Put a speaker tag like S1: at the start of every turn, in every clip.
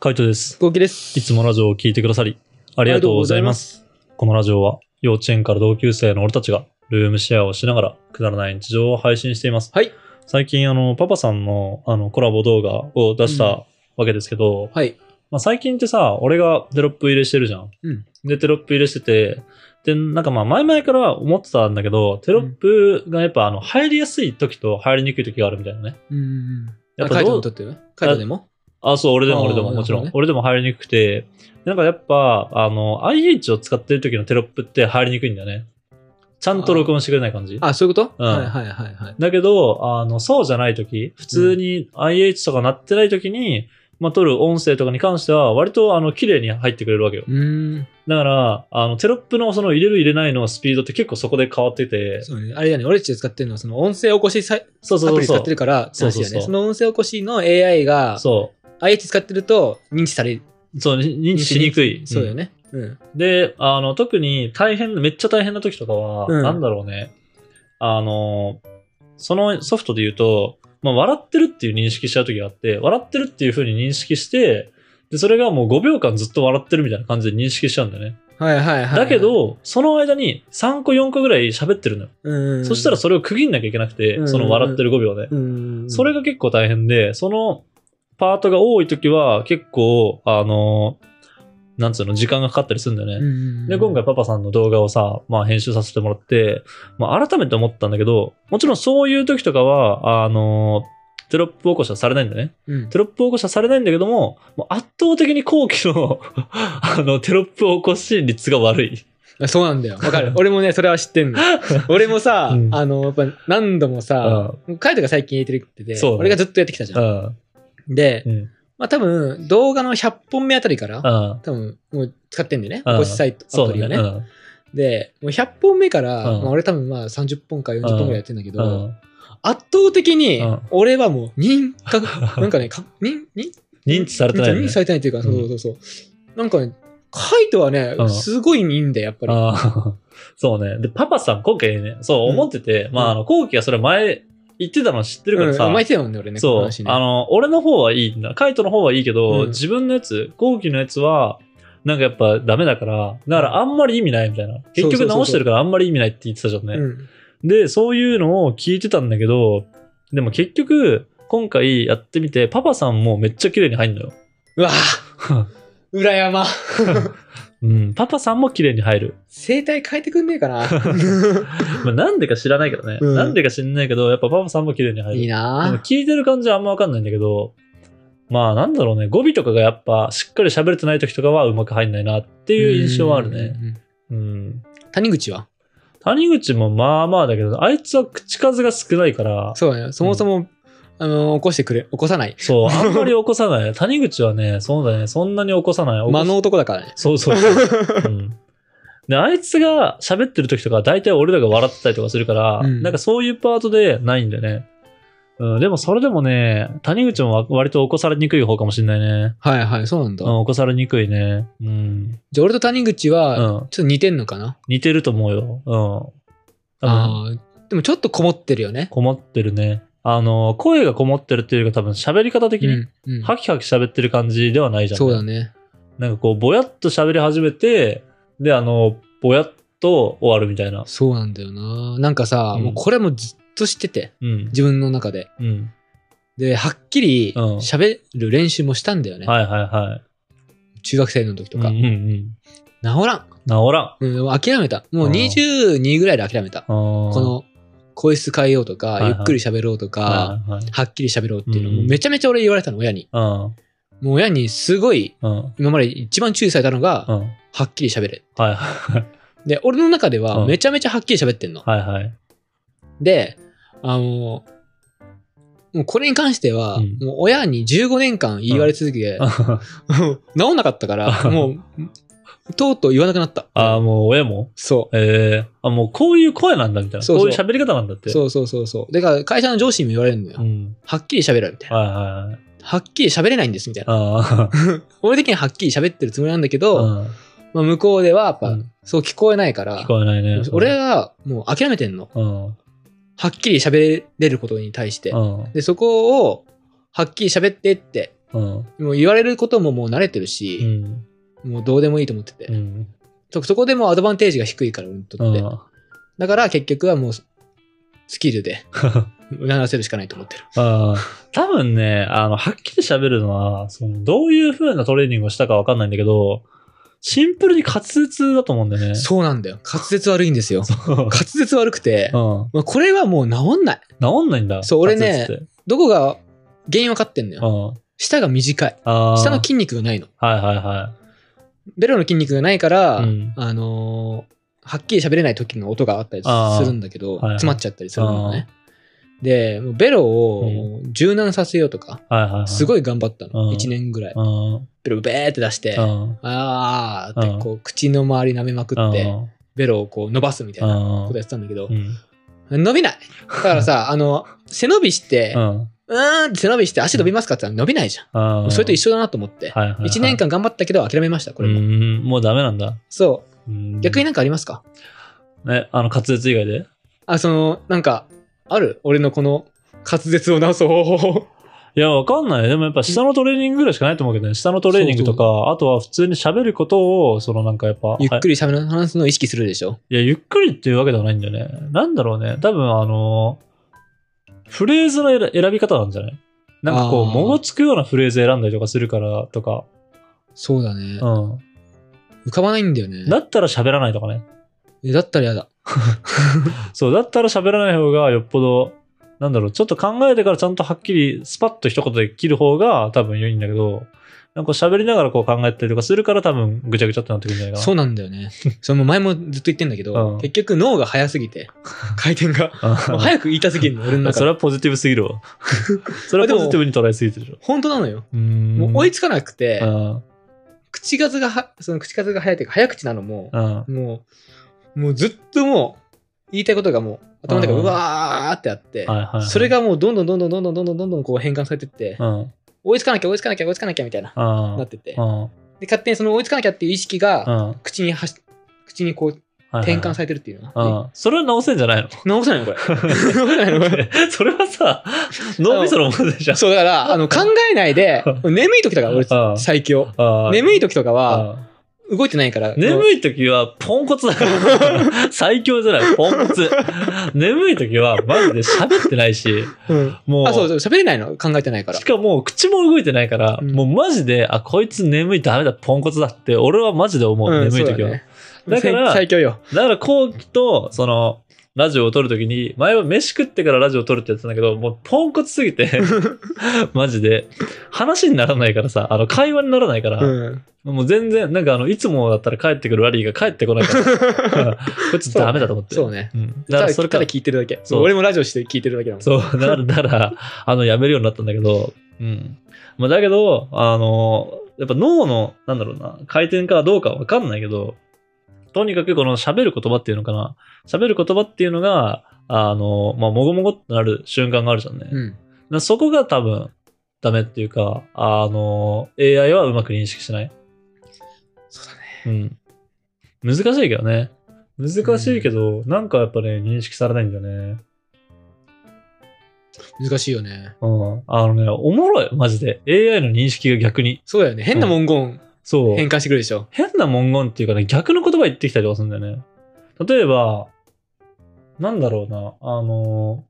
S1: カイトです。
S2: ごきです。
S1: いつもラジオを聞いてくださり、ありがとうございます。
S2: す。
S1: このラジオは、幼稚園から同級生の俺たちが、ルームシェアをしながら、くだらない日常を配信しています。
S2: はい。
S1: 最近、あの、パパさんの、あの、コラボ動画を出した
S2: うん
S1: わけですけど、
S2: はい。
S1: まあ、最近ってさ、俺がテロップ入れしてるじゃん。
S2: うん
S1: で、テロップ入れしてて、で、なんかまあ、前々から思ってたんだけど、テロップがやっぱ、あの、入りやすい時と入りにくい時があるみたいなね。
S2: うん。
S1: やっ
S2: あ、
S1: ぱ
S2: カイ
S1: ど
S2: ト
S1: う
S2: にとってはカイトでも
S1: あ、そう、俺でも俺で
S2: あ
S1: も、
S2: ー
S1: もちろん。
S2: なるほどね
S1: 俺でも入りにくくて、なんかやっぱ、あの、IH を使ってる時のテロップって入りにくいんだよね。ちゃんと録音してくれない感じ。
S2: あ、そういうこと
S1: うん
S2: はいはいはいはい。
S1: だけど、あの、そうじゃない時、普通に IH とかなってない時に、まあ、撮る音声とかに関しては、割と、あの、綺麗に入ってくれるわけよ
S2: う。ーん。
S1: だから、あの、テロップのその入れる入れないのスピードって結構そこで変わってて、
S2: そうね。あれだね。俺たちで使ってるのは、その音声起こしサイ
S1: そう
S2: ア
S1: そ
S2: プ
S1: う
S2: リ使
S1: そ
S2: ってる
S1: う。
S2: から、
S1: そう
S2: 話だよ
S1: そうそう
S2: ね。その音声起こしの AI が、
S1: そ
S2: IH 使ってると認知される。
S1: う。そう、認知しにくい。
S2: そうよね。うん。
S1: で、あの、特に大変、めっちゃ大変な時とかは、
S2: うん
S1: なんだろうね。あの、そのソフトで言うと、まあ、笑ってるっていう認識しちゃう時があって、笑ってるっていう風に認識して、で、それがもう5秒間ずっと笑ってるみたいな感じで認識しちゃうんだよね。
S2: はいはいはいはい。
S1: だけ、ど、その間に3個4個ぐらい喋ってるのよ。
S2: うん。
S1: そしたら、それを区切んなきゃいけなくて、
S2: うん
S1: その笑ってる5秒で。
S2: うん。
S1: それ
S2: が、
S1: が結構大変で、そのパートが多い時は結構、あの、なんつうの、時間がかかったりするんだよね。で、今回、パパさんの動画をさ、まあ編集させてもらって、まあ改めて思ったんだけど、もちろんそういう時とかは、あの、テロップ起こしはされないんだね。
S2: うん
S1: テロップ起こしはされないんだけども、もう圧倒的に後期の、 あの、テロップ起こし率が悪い。
S2: あそうなんだよ。わ かる。俺もね、それは知ってんの。俺もさ、
S1: うん
S2: あの、やっぱ何度もさ、カイトが最近入れてるってて、
S1: そうね
S2: 俺がずっとやってきたじゃん。
S1: ん。
S2: で
S1: う、ん。
S2: まあ多分、動画の100本目あたりから、
S1: うん。
S2: 多分、もう使ってんだよね。
S1: うん
S2: ごサイト、
S1: そ
S2: ア
S1: う
S2: プリ
S1: だ
S2: を
S1: ね。
S2: ね。
S1: うん
S2: で、もう100本目から、
S1: うん
S2: まあ俺多分まあ30本か40本ぐらいやってんだけど、
S1: うん。
S2: 圧倒的に
S1: うん、
S2: 俺はもう認 可、なんかね、か認認
S1: 認知されてないよね
S2: 認知されてないっていうか、そうそうそう。なんかね、カイトはね
S1: う、ん
S2: すごいいいんだよ、やっぱり。
S1: ああ、 そうね。で、パパさん、今回ね、そう思ってて、まあ、あの、後期がそれ前言ってたの知ってるからさ、
S2: うん、巻いてたもんね、俺ね、この
S1: そう
S2: 話。ね
S1: あの、俺の方はいいんだ。カイトの方はいいけど、
S2: うん
S1: 自分のやつ、後期のやつは、なんかやっぱダメだから、だからあんまり意味ないみたいな。結
S2: そうそうそ
S1: 局
S2: う
S1: 直してるからあんまり意味ないって言ってたじゃんね。
S2: うん
S1: で、そういうのを聞いてたんだけど、でも結局、今回やってみて、パパさんもめっちゃ綺麗に入んのよ。
S2: うわぁ裏山
S1: うん、パパさんも綺麗に入 る。
S2: 生態変えてくんねえ かな
S1: まあ、なんでか知らないけどね。
S2: うん
S1: な、んでか知んないけど、やっぱパパさんも綺麗に入る。
S2: いい
S1: でも
S2: なぁ
S1: 聞いてる感じはあんまわかんないんだけど、まあなんだろうね、語尾とかがやっぱしっかり喋れてない時とかはうまく入んないなっていう印象はあるね。
S2: うんうんうん
S1: うん。
S2: 谷口は
S1: 谷口もまあまあだけど、あいつは口数が少ないから、
S2: そうだよそもそも、あの起こしてくれ起こさない
S1: そう、あんまり起こさない。 谷口はね、そうだね、そんなに起こさない。起こ
S2: 間の男だからね
S1: そうそう そう。うんで、あいつが喋ってる時とか、大体俺らが笑ってたりとかするから、
S2: うん
S1: なんかそういうパートでないんだよね。うん、でもそれでもね、谷口もわ割と起こされにくい方かもしれないね。
S2: はいはいそうなんだ、
S1: うん、起こされにくいね。うん。
S2: じゃあ俺と谷口は、
S1: うん
S2: ちょっと似てんのかな
S1: 似てると思うよ。うん。多分、
S2: あーでもちょっとこもってるよね、
S1: こもってるね。あの、声がこもってるっていうか、多分喋り方的
S2: う
S1: に、
S2: んうん、
S1: ハキハキ喋ってる感じではないじゃん。
S2: そうだね
S1: なんかこう、ぼやっと喋り始めて、で、あの、ぼやっと終わるみたいな。
S2: そうなんだよななんかさ、
S1: うん
S2: もうこれもずっと知ってて
S1: うん。
S2: 自分の中で
S1: うん。
S2: ではっきり
S1: うん
S2: 喋る練習もしたんだよね、
S1: はいはいはい。
S2: 中学生の時とか、
S1: うんうんうん。
S2: 治らん
S1: 治ら
S2: うん、諦めた。もう
S1: あー
S2: 22ぐらいで諦めた。
S1: ん。こ
S2: こ、の、声質変えようと
S1: は
S2: か
S1: いは、い
S2: ゆっくり喋ろうとか、
S1: はいはい
S2: はっきり喋ろうっていうのを、
S1: うん
S2: もうめちゃめちゃ俺言われたの、親に。
S1: はい。
S2: もう親にすごい、
S1: うん。うん。
S2: 今まで一番注意されたの
S1: う
S2: が、
S1: ん。
S2: はっきり喋れ。
S1: はいはい。
S2: で、俺の中で
S1: う
S2: は
S1: ん
S2: めちゃめちゃはっきり喋ってんの。
S1: はいはい。
S2: で、あの、もうこれに関しては、
S1: うん
S2: もう親に15年間言われ続けて、治んなかったから、もう、とうとう言わなくなった。
S1: ああ、もう親も
S2: そう。
S1: ええあ、もうこういう声なんだみたいな。
S2: そうそう
S1: こういう喋り方なんだって。
S2: そうそうそうそう。だから会社の上司にも言われるのよ。
S1: うん。
S2: はっきり喋るみたいな。
S1: はいはいはい。
S2: はっきり喋れないんですみたいな。
S1: あ
S2: 俺的にははっきり喋ってるつもりなんだけ
S1: あ、
S2: ど、
S1: うん
S2: まあ、向こうではやっ
S1: う
S2: ぱ
S1: ん
S2: そう聞こえないから
S1: 聞、こえないね。
S2: 俺はもう諦めてんの。
S1: うん、うん。
S2: はっきり喋れることに対して
S1: う。ん。
S2: で、そこをはっきり喋ってって
S1: うん。
S2: もう言われることももう慣れてる
S1: う
S2: し、
S1: ん。
S2: もうどうでもいいと思ってて、
S1: うん。
S2: そそこでもうアドバンテージが低いから俺にとって、
S1: あ
S2: だから結局はもうススキ ルで促せるしかないと思ってる
S1: あ。多分ね、あの、はっきり喋るのは、その、どういう風なトレーニングをしたかわかんないんだけど、シンプルに滑舌だと思うんだよね。
S2: そうなんだよ滑舌悪いんですよ
S1: う。
S2: 滑舌悪くて、
S1: うん。
S2: まあこれはもう治んない
S1: 治んないんだ。
S2: そう俺ね
S1: 滑舌って
S2: どこが原因分かってんの
S1: う
S2: よ
S1: ん。
S2: 舌が短い
S1: ああ。
S2: 舌の筋肉がないの
S1: はいはいは
S2: ベロの筋肉がないから、
S1: い。うん。
S2: あのーはっきり喋れない時の音があったりするんだけど、
S1: あーはいはい
S2: 詰まっちゃったりするのね。で、もうベロをもう柔軟させようとか、
S1: はいはいはい。
S2: す
S1: い。
S2: ごい頑張った
S1: う
S2: の。
S1: ん
S2: 1年ぐらい。
S1: うん。うん。
S2: ベロベーって出して、あーっ
S1: う
S2: て
S1: ん
S2: こう口の周り舐めまくっ
S1: う
S2: て、
S1: ん
S2: ベロをこう伸ばすみたいな
S1: うん
S2: ことやってたんだけど
S1: う、ん。
S2: 伸びないだか らさ、あの、背伸びして
S1: う、ん。
S2: うーんって背伸びして足伸びますかって言ったら伸びないじゃん。
S1: うん。
S2: それと一
S1: 緒。
S2: 緒だなと思って。
S1: はいはい、はい。
S2: 1年間頑張ったけど諦めました、これ
S1: う
S2: も。
S1: ん。もうダメなんだ。
S2: そ
S1: うん
S2: う。逆になんかありますか
S1: ね、あの、滑舌以外で
S2: あ、その、なんか、ある俺のこの滑舌を直す方法。
S1: いや、わかんない。でもやっぱ下のトレーニングぐらいしかないと思うけどね。下のトレーニングとか、あとは普通に喋ることを、そのなんかやっぱ、
S2: ゆっ
S1: はい
S2: くり喋る話すのを意識するでしょ
S1: いや、ゆっくりっていうわけではないんだよね。なんだろうね。多分あの、フレーズの選選び方なんじゃないなんかこう、
S2: あー
S1: 物つくようなフレーズ選んだりとかするからとか、
S2: そうだね
S1: う。ん。
S2: 浮かばないんだよね。
S1: だったら喋らないとかね。
S2: えだったらやだ。
S1: そう、だったら喋らない方がよっぽど、なんだろう、ちょっと考えてからちゃんとはっきり、スパッと一言で切る方が多分良いんだけど、なんかこう喋りながらこう考えたりとかするから多分ぐちゃぐちゃってなってくるんじゃないかな。
S2: そうなんだよね。 それも前もずっと言ってんだけど、
S1: うん
S2: 結局脳が速す ぎて、回転が。もう
S1: う
S2: 早く言いたすぎるの、俺の
S1: ん そ
S2: 中
S1: れ
S2: で。
S1: はポジティブすぎるわ。 それはポジティブに捉えすぎてるでしょ。
S2: 本当なのよ。
S1: うーん
S2: もう追いつかなくて、
S1: うん
S2: 口数がは、その口数が速いというか、早口なのも、
S1: うん
S2: もう、もうずっともう、言いたいことがもう、頭の中
S1: う
S2: が
S1: ん
S2: うわーってあって、
S1: はいはいはい
S2: それがもうどんどんどんどんどんどんどんどんどんどんこう変換されてって、
S1: うんうん
S2: 追いつかなきゃ追いつかなきゃ追いつかなきゃみたいな、
S1: うん
S2: なってて。
S1: うん
S2: で、勝手にその追いつかなきゃっていう意識が、
S1: うん
S2: 口にはし、口にこう転換されてるっていうの。
S1: はいはいうんそれは直せんじゃないの
S2: 直せないのこれ。直せないのこれ。
S1: それはさ、脳みその問題じゃん。
S2: そう、だから、あの、考えないで、眠い時とか、俺
S1: う、ん
S2: 最強。
S1: あー
S2: 眠い時とかは、
S1: あー
S2: 動いてないから、
S1: 眠い時はポンコツだから。最強じゃない、ポン コツ。眠い時はマジで喋ってないし、
S2: うん
S1: もう、
S2: あ、そうそう、喋れないの考えてないから
S1: し。かも口も動いてないから、
S2: うん
S1: もうマジで、あ、こいつ眠いダメだ、ポンコツだって、俺はマジで思う、
S2: うん
S1: 眠い時は。だ。
S2: そうだ
S1: だ
S2: ね
S1: から
S2: 最強よ。
S1: から、こうきと、その、ラジオを撮るときに、前は飯食ってからラジオ撮るってやってたんだけど、もうポンコツすぎ て、マジで、話にならないからさ、あの、会話にならないから、
S2: うん。
S1: もう全然、なんかあの、いつもだったら帰ってくるラリーが帰 ってこないから、こいつダメだと思って。
S2: そうね。
S1: うんだ
S2: た
S1: か
S2: だ、
S1: らそれか
S2: ただ
S1: ら、
S2: 聞いてるだけ。
S1: そう
S2: 俺もラジオして聞いてるだけだもん。
S1: そう、だか ら、だから、あの、やめるようになったんだけど、うん。まあ、だけど、あの、やっぱ脳の、なんだろうな、回転かどうかわかんないけど、とにかくこの喋る言葉っていうのかな、喋る言葉っていうのが、あの、まあ、もごもごってなる瞬間があるじゃんね。だか
S2: うん。
S1: らそこが多分、ダメっていうか、あの、AI はうまく認識しない。
S2: そうだね。
S1: うん。難しいけどね。難しいけど、なんかやっぱね、認識されないんだよね。
S2: 難しいよね。
S1: うん。あのね、おもろい、マジで。AI の認識が逆に。
S2: そうだよね。変な文言
S1: そう。
S2: 変換してくるでしょ。
S1: 変な文言っていうかね、逆の言葉言ってきたりとかするんだよね。例えば、なんだろうな、あの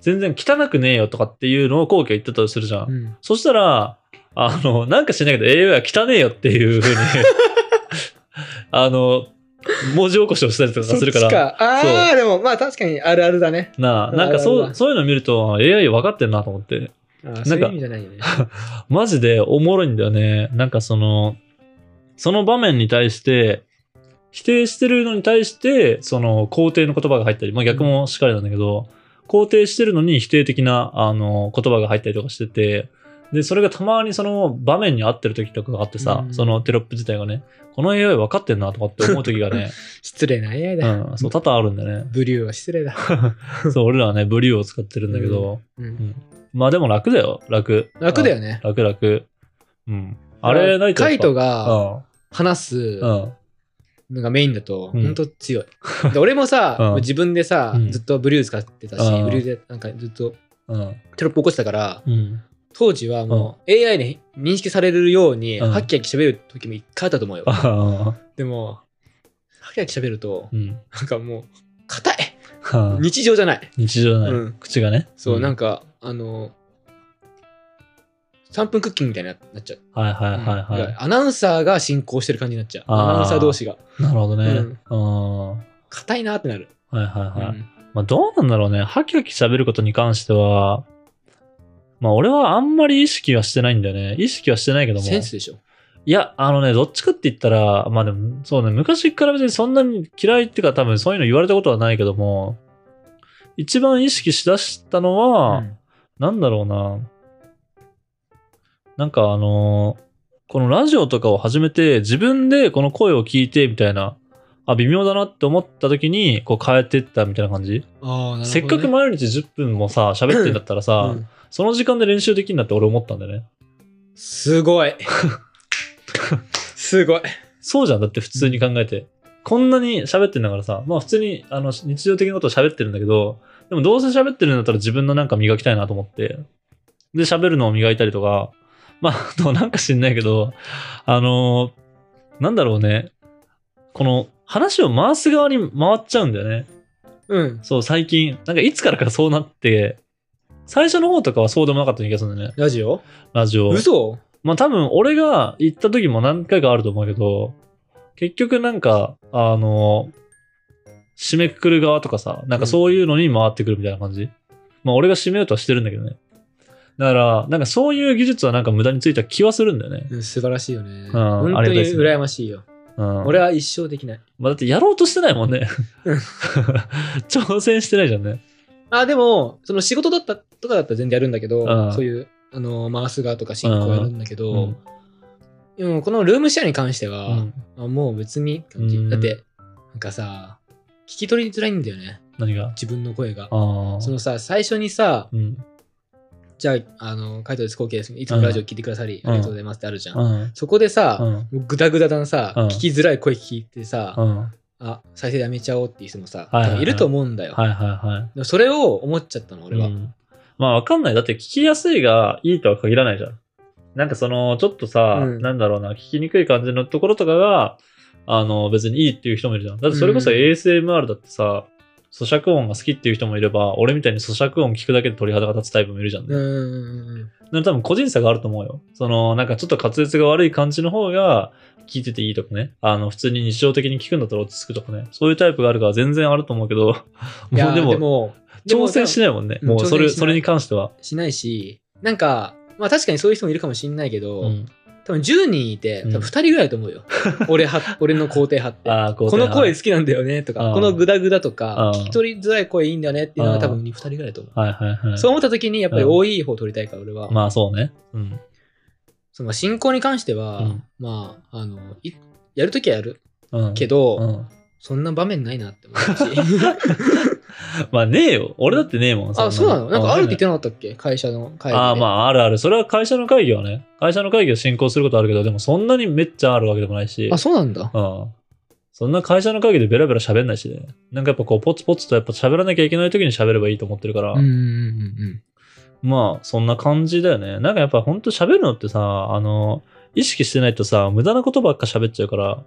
S1: 全然汚くねえよとかっていうのを後期が言ってたとするじゃん。
S2: うん。
S1: そしたら、あの、なんか知んないけど AI は汚ねえよっていうふうに、あの、文字起こしをしたりとかするか
S2: そっ
S1: ら。
S2: ちああ、でも、まあ確かにあるあるだね。
S1: なあ、なんか
S2: ある
S1: そ
S2: あ
S1: う、
S2: る
S1: そういうの見るとあ AI 分かってんなと思って。
S2: ああ
S1: か
S2: そういう意味じゃないよね。
S1: マジでおもろいんだよね。なんかその、その場面に対して、否定してるのに対して、その肯定の言葉が入ったり、まあ逆もしっかりなんだけど、肯定してるのに否定的なあの言葉が入ったりとかしてて、で、それがたまにその場面に合ってる時とかがあってさ、
S2: うん
S1: そのテロップ自体がね、この AI 分かってんなとかって思う時がね、
S2: 失礼な AI だ
S1: う
S2: よ。
S1: ん、そう多々あるんだよ
S2: ブリューは失礼だ。
S1: ね。そう、俺らはね、ブリューを使ってるんだけど、
S2: うん
S1: まあでも楽だよ、楽。
S2: 楽だよね。
S1: 楽楽。うん。あれ、ないと
S2: カ
S1: やっ
S2: イ
S1: ぱ
S2: トが話す
S1: うん。うん。
S2: のがメインだと、
S1: うん
S2: 本当強い。で俺も
S1: うん
S2: さ、自分でさ
S1: う、ん
S2: ずっとブリュー使ってたし
S1: う、ん
S2: ブリューでなんかずっと
S1: うん。
S2: テロップ起こしてたから、
S1: うん。
S2: 当時はもう AI に認識されるように、
S1: うん
S2: はっきはき喋る時も一回あったと思うよ。
S1: あ
S2: でも、はっきはき喋ると
S1: ー、うん。
S2: なんかもう、硬い
S1: はあ
S2: 日常じゃない。
S1: 日常じゃない、
S2: うん
S1: 口がね。
S2: そう、なん
S1: か。
S2: か、あの、3分クッキングみたいになっちゃう。
S1: はいはいはいはい。
S2: アナウンサーが進行してる感じになっちゃう。
S1: あー
S2: アナウンサー同士が。
S1: なるほどね。
S2: うん
S1: うん。はい
S2: 硬いなってなる。
S1: はいはい。
S2: うん
S1: まあどうなんだろうね。ハキハキ喋ることに関しては、まあ俺はあんまり意識はしてないんだよね。意識はしてないけども。
S2: センスでしょ。
S1: いや、あのね、どっちかって言ったら、まあでも、そうね、昔から別にそんなに嫌いっていうか多分そういうの言われたことはないけども、一番意識しだしたのは、
S2: うん
S1: なんだろうな。なんかあのこのラジオとかを始めて、自分でこの声を聞いてみたいな、あ、微妙だなって思った時に、こう変えてったみたいな感じ。
S2: ああ、なるほどね
S1: せっかく毎日10分もさ、喋ってんだったらさ、
S2: うん
S1: その時間で練習できるんだって俺思ったんだよね。
S2: すごい。 すごい。
S1: そうじゃん。だって普通に考えて。こんなに喋ってんだからさ、まあ普通にあの日常的なことを喋ってるんだけど、でもどうせ喋ってるんだったら自分のなんか磨きたいなと思って。で、喋るのを磨いたりとか、まあ、あとなんか知んないけど、あのなんだろうね。この話を回す側に回っちゃうんだよね。
S2: うん。
S1: そう、最近。なんかいつからかそうなって、最初の方とかはそうでもなかったような気がするんだよね。
S2: ラジオ
S1: ラジオ。
S2: 嘘
S1: まあ多分俺が行った時も何回かあると思うけど、結局なんか、あの、締めくくる側とかさ、なんかそういうのに回ってくるみたいな感じ。まあ俺が締めようとはしてるんだけどね。だから、なんかそういう技術はなんか無駄についた気はするんだよね。
S2: うん素晴らしいよね。
S1: あり
S2: 本
S1: が
S2: 当
S1: たい
S2: に
S1: ですね
S2: 羨ましいよ。
S1: うん。
S2: 俺は一生できない。
S1: まあだってやろうとしてないもんね
S2: うん。
S1: 挑戦してないじゃんね。
S2: あ、でも、その仕事だったとかだったら全然やるんだけど
S1: ああ、
S2: そういう、あの、回す側とか進行やるんだけ
S1: う
S2: ど
S1: ん、
S2: でもこのルームシェアに関しては、
S1: うん
S2: あもう別にって感
S1: う
S2: じ。
S1: ん
S2: だって、なんかさ、聞き取りづらいんだよね。
S1: 何が
S2: 自分の声が。
S1: ああ。
S2: そのさ、最初にさ、
S1: うん。
S2: じゃあ、あの、回答です、後継です。いつもラジオ聞いてくださり、
S1: うん
S2: ありがとうございますってあるじゃん。
S1: うん。
S2: そこでさ、
S1: うん。
S2: グダグダなさ、
S1: うん
S2: 聞きづらい声聞いてさ、
S1: うん。はい
S2: あ、再生やめちゃおうっていう人もさ、
S1: はいはいはい
S2: 多分いると思うんだよ。
S1: はいはい。
S2: でもそれを思っちゃったの、俺は。
S1: うんまあわかんない。だって聞きやすいがいいとは限らないじゃん。なんかその、ちょっとさ、
S2: うん
S1: なんだろうな、聞きにくい感じのところとかが、あの、別にいいっていう人もいるじゃん。だってそれこそ
S2: うん
S1: ASMR だってさ、咀嚼音が好きっていう人もいれば、俺みたいに咀嚼音聞くだけで鳥肌が立つタイプもいるじゃん、ね。
S2: うんうんうん。
S1: なんか多分個人差があると思うよ。その、なんかちょっと滑舌が悪い感じの方が聞いてていいとかね。あの、普通に日常的に聞くんだったら落ち着くとかね。そういうタイプがあるから全然あると思うけど、
S2: いや
S1: もうで
S2: ーで
S1: も、
S2: も、
S1: 挑戦し
S2: ない。
S1: ないもんね。
S2: うん
S1: もうそ
S2: 挑
S1: れ、
S2: 戦しない
S1: それに関しては。
S2: しないし、なんか、まあ確かにそういう人もいるかもしれないけど、
S1: うん
S2: 多分10人いて、多
S1: うん
S2: 分2人ぐらいだと 思うよ。俺は、俺の肯定派って。
S1: ああ、こ
S2: この声好きなんだよねと
S1: あ
S2: か、
S1: ー
S2: このグダグダとか
S1: あー、
S2: 聞き取りづらい声いいんだよねっていうの
S1: あ
S2: が
S1: ー
S2: 多分2人ぐらいだと思う。
S1: はいはいはい。
S2: そう思った時にやっぱり
S1: うん
S2: 多い方取りたいから俺は、
S1: まあそうね。うん。
S2: その進行に関しては、
S1: うん
S2: まあ、あの、いやるときはやる
S1: うん。
S2: けど、
S1: うん、
S2: そんな場面ないなって思うし。
S1: まあねえよ。俺だってねえもん。
S2: あ、そうなのなんかあるって言って
S1: な
S2: なかったっけ会社の会議で。
S1: ああ、まああるある。それは会社の会議はね。会社の会議は進行することあるけど、でもそんなにめっちゃあるわけでもないし。
S2: あ、そうなんだ。
S1: うん。そんな会社の会議でベラベラ喋んないしね。なんかやっぱこう、ポツポツとやっぱ喋らなきゃいけない時に喋ればいいと思ってるから。
S2: うんうんうん
S1: まあ、そんな感じだよね。なんかやっぱほんと喋るのってさ、あの、意識してないとさ、無駄なことばっか喋っちゃうから、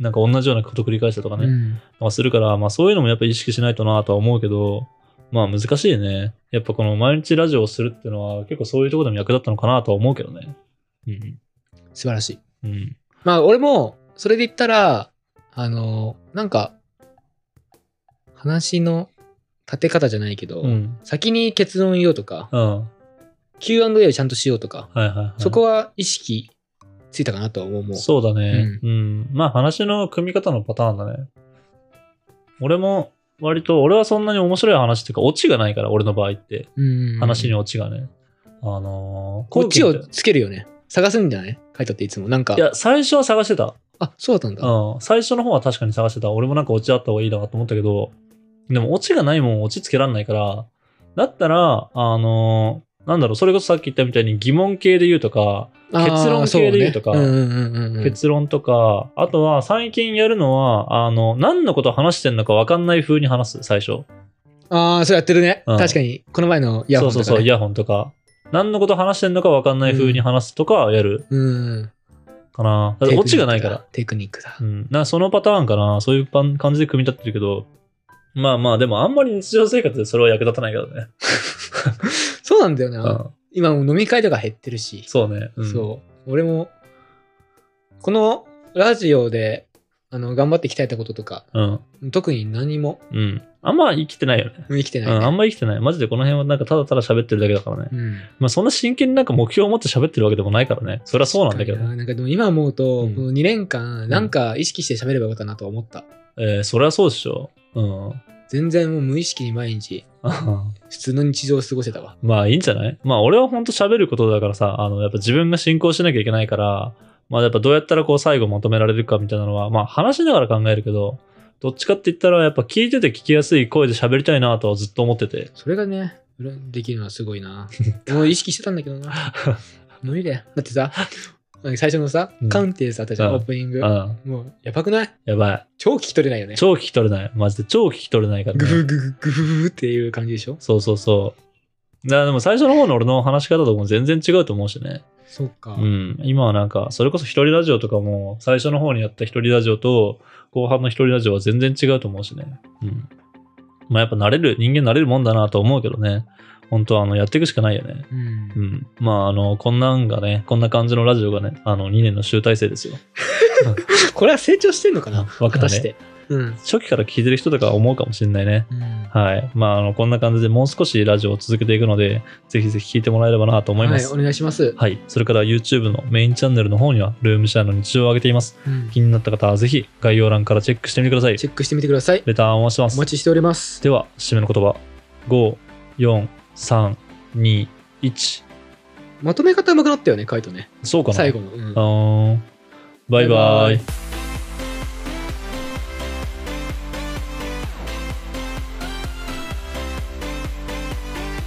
S1: なんか同じようなこと繰り返したとか
S2: う
S1: ね。
S2: ん。うん
S1: まあ、するから、まあそういうのもやっぱ意識しないとなとは思うけど、まあ難しいね。やっぱこの毎日ラジオをするっていうのは結構そういうところでも役立ったのかなとは思うけどね。うん。
S2: 素晴らしい。
S1: うん。
S2: まあ、俺も、それで言ったら、あの、なんか、話の立て方じゃないけど、
S1: うん。
S2: 先に結論言おうとか、
S1: うん。はい
S2: Q&A をちゃんとしようとか、
S1: はいはい。
S2: そこは意識ついたかなとは思う。もう
S1: そうだね、うん。まあ話の組み方のパターンだね。俺も割と、俺はそんなに面白い話っていうか、オチがないから、俺の場合って。
S2: うん
S1: 話にオチがね。あのー、
S2: こっち
S1: 後
S2: を
S1: 期みたい
S2: つけるよね。探すんじゃない書いたっていつも。なんか
S1: ない、や、最初は探してた。
S2: あ、そうだったんだ。
S1: うん、最初の方は確かに探してた。俺もなんかオチあった方がいいなと思ったけど、でもオチがないもんオチつけらんないから、だったら、あのーなんだろう、それこそさっき言ったみたいに疑問系で言うとか、
S2: あー
S1: 結論系で言うとか
S2: そうねうんうんうんうん
S1: 結論とか、あとは最近やるのは、あの、何のこと話してんのか分かんない風に話す、最初。
S2: ああ、そうやってるね。
S1: うん
S2: 確かに、この前のイヤホ
S1: そ
S2: ン
S1: う
S2: とか
S1: そ
S2: ね。
S1: うそう、イヤホンとか。何のこと話してんのか分かんない風に話すとかやる
S2: うん。
S1: かな。だってオチがないから。。
S2: テクニックだ
S1: う。ん。なそのパターンかな。そういうパン感じで組み立ってるけど。まあまあ、でもあんまり日常生活でそれは役立たないけどね。
S2: そうなんだよ
S1: う
S2: な。
S1: ん。
S2: 今もう飲み会とか減ってるし。
S1: そうね。うん、
S2: そう。俺も、このラジオで、あの、頑張って鍛えたこととか、
S1: う。うん。
S2: 特に何も
S1: うん。あんま生きてないよね。
S2: 生きて
S1: う。
S2: なんいね、
S1: あんま生きてない。マジでこの辺はなんかただただ喋ってるだけだからね。
S2: うん。
S1: まあそんな真剣になんか目標を持って喋ってるわけでもないからね。それはそうなんだけど。
S2: ななんかでも今思うと、
S1: うん
S2: この2年間、なんか意識して喋ればよかったなとは思った。
S1: えー、それはそうでしょ。うん。
S2: 全然もう無意識に毎日、普通の日常を過ごせたわ。
S1: まあいいんじゃないまあ俺は本当喋ることだからさ、あの、やっぱ自分が進行しなきゃいけないから、まあやっぱどうやったらこう最後まとめられるかみたいなのは、まあ話しながら考えるけど、どっちかって言ったらやっぱ聞いてて聞きやすい声で喋りたいなとはずっと思ってて。
S2: それがね、できるのはすご いな。もう意識してたんだけどな。無理だよ。だっ てさ、最初のさ
S1: うん、
S2: カウンテイズあったじゃん、
S1: うん
S2: オープニング
S1: う。ん。
S2: もう、やばくない
S1: やばい。
S2: 超聞き取れないよね。
S1: 超聞き取れない。マジで超聞き取れないから
S2: グ
S1: ね。
S2: フグフグフグっていう感じでしょ
S1: そうそうそう。だからでも最初の方の俺の話し方とかも全然違うと思うしね。
S2: そうか。
S1: うん、今はなんか、それこそ一人ラジオとかも、最初の方にやった一人ラジオと、後半の一人ラジオは全然違うと思うしね。うん。まあやっぱ慣れる、人間慣れるもんだなと思うけどね。本当はあの、やっていくしかないよね。
S2: うん
S1: うん。まああの、こんなんがね、こんな感じのラジオがね、あの、2年の集大成ですよ。
S2: これは成長してんのかな
S1: わか
S2: 果
S1: んな
S2: た
S1: い
S2: して。うん。
S1: 初期から聞いてる人とかは思うかもしれないね。はい。まああの、こんな感じでもう少しラジオを続けていくので、ぜひぜひ聞いてもらえればなと思いま
S2: はい、
S1: す。
S2: お願いします。
S1: はい。それから YouTube のメインチャンネルの方には、ルームシェアの日常を上げています。
S2: うん
S1: 気になった方はぜひ概要欄からチェックしてみてください。
S2: チェックしてみてください。
S1: レターンを回してま
S2: お
S1: す。
S2: 待ちしております。
S1: では、締めの言葉。5、4、3、2、1。
S2: まとめ方うまくなったよね、カイトね。
S1: そうかな
S2: 最後の。うん
S1: あーバイバ
S2: バイバ
S1: イ
S2: イ。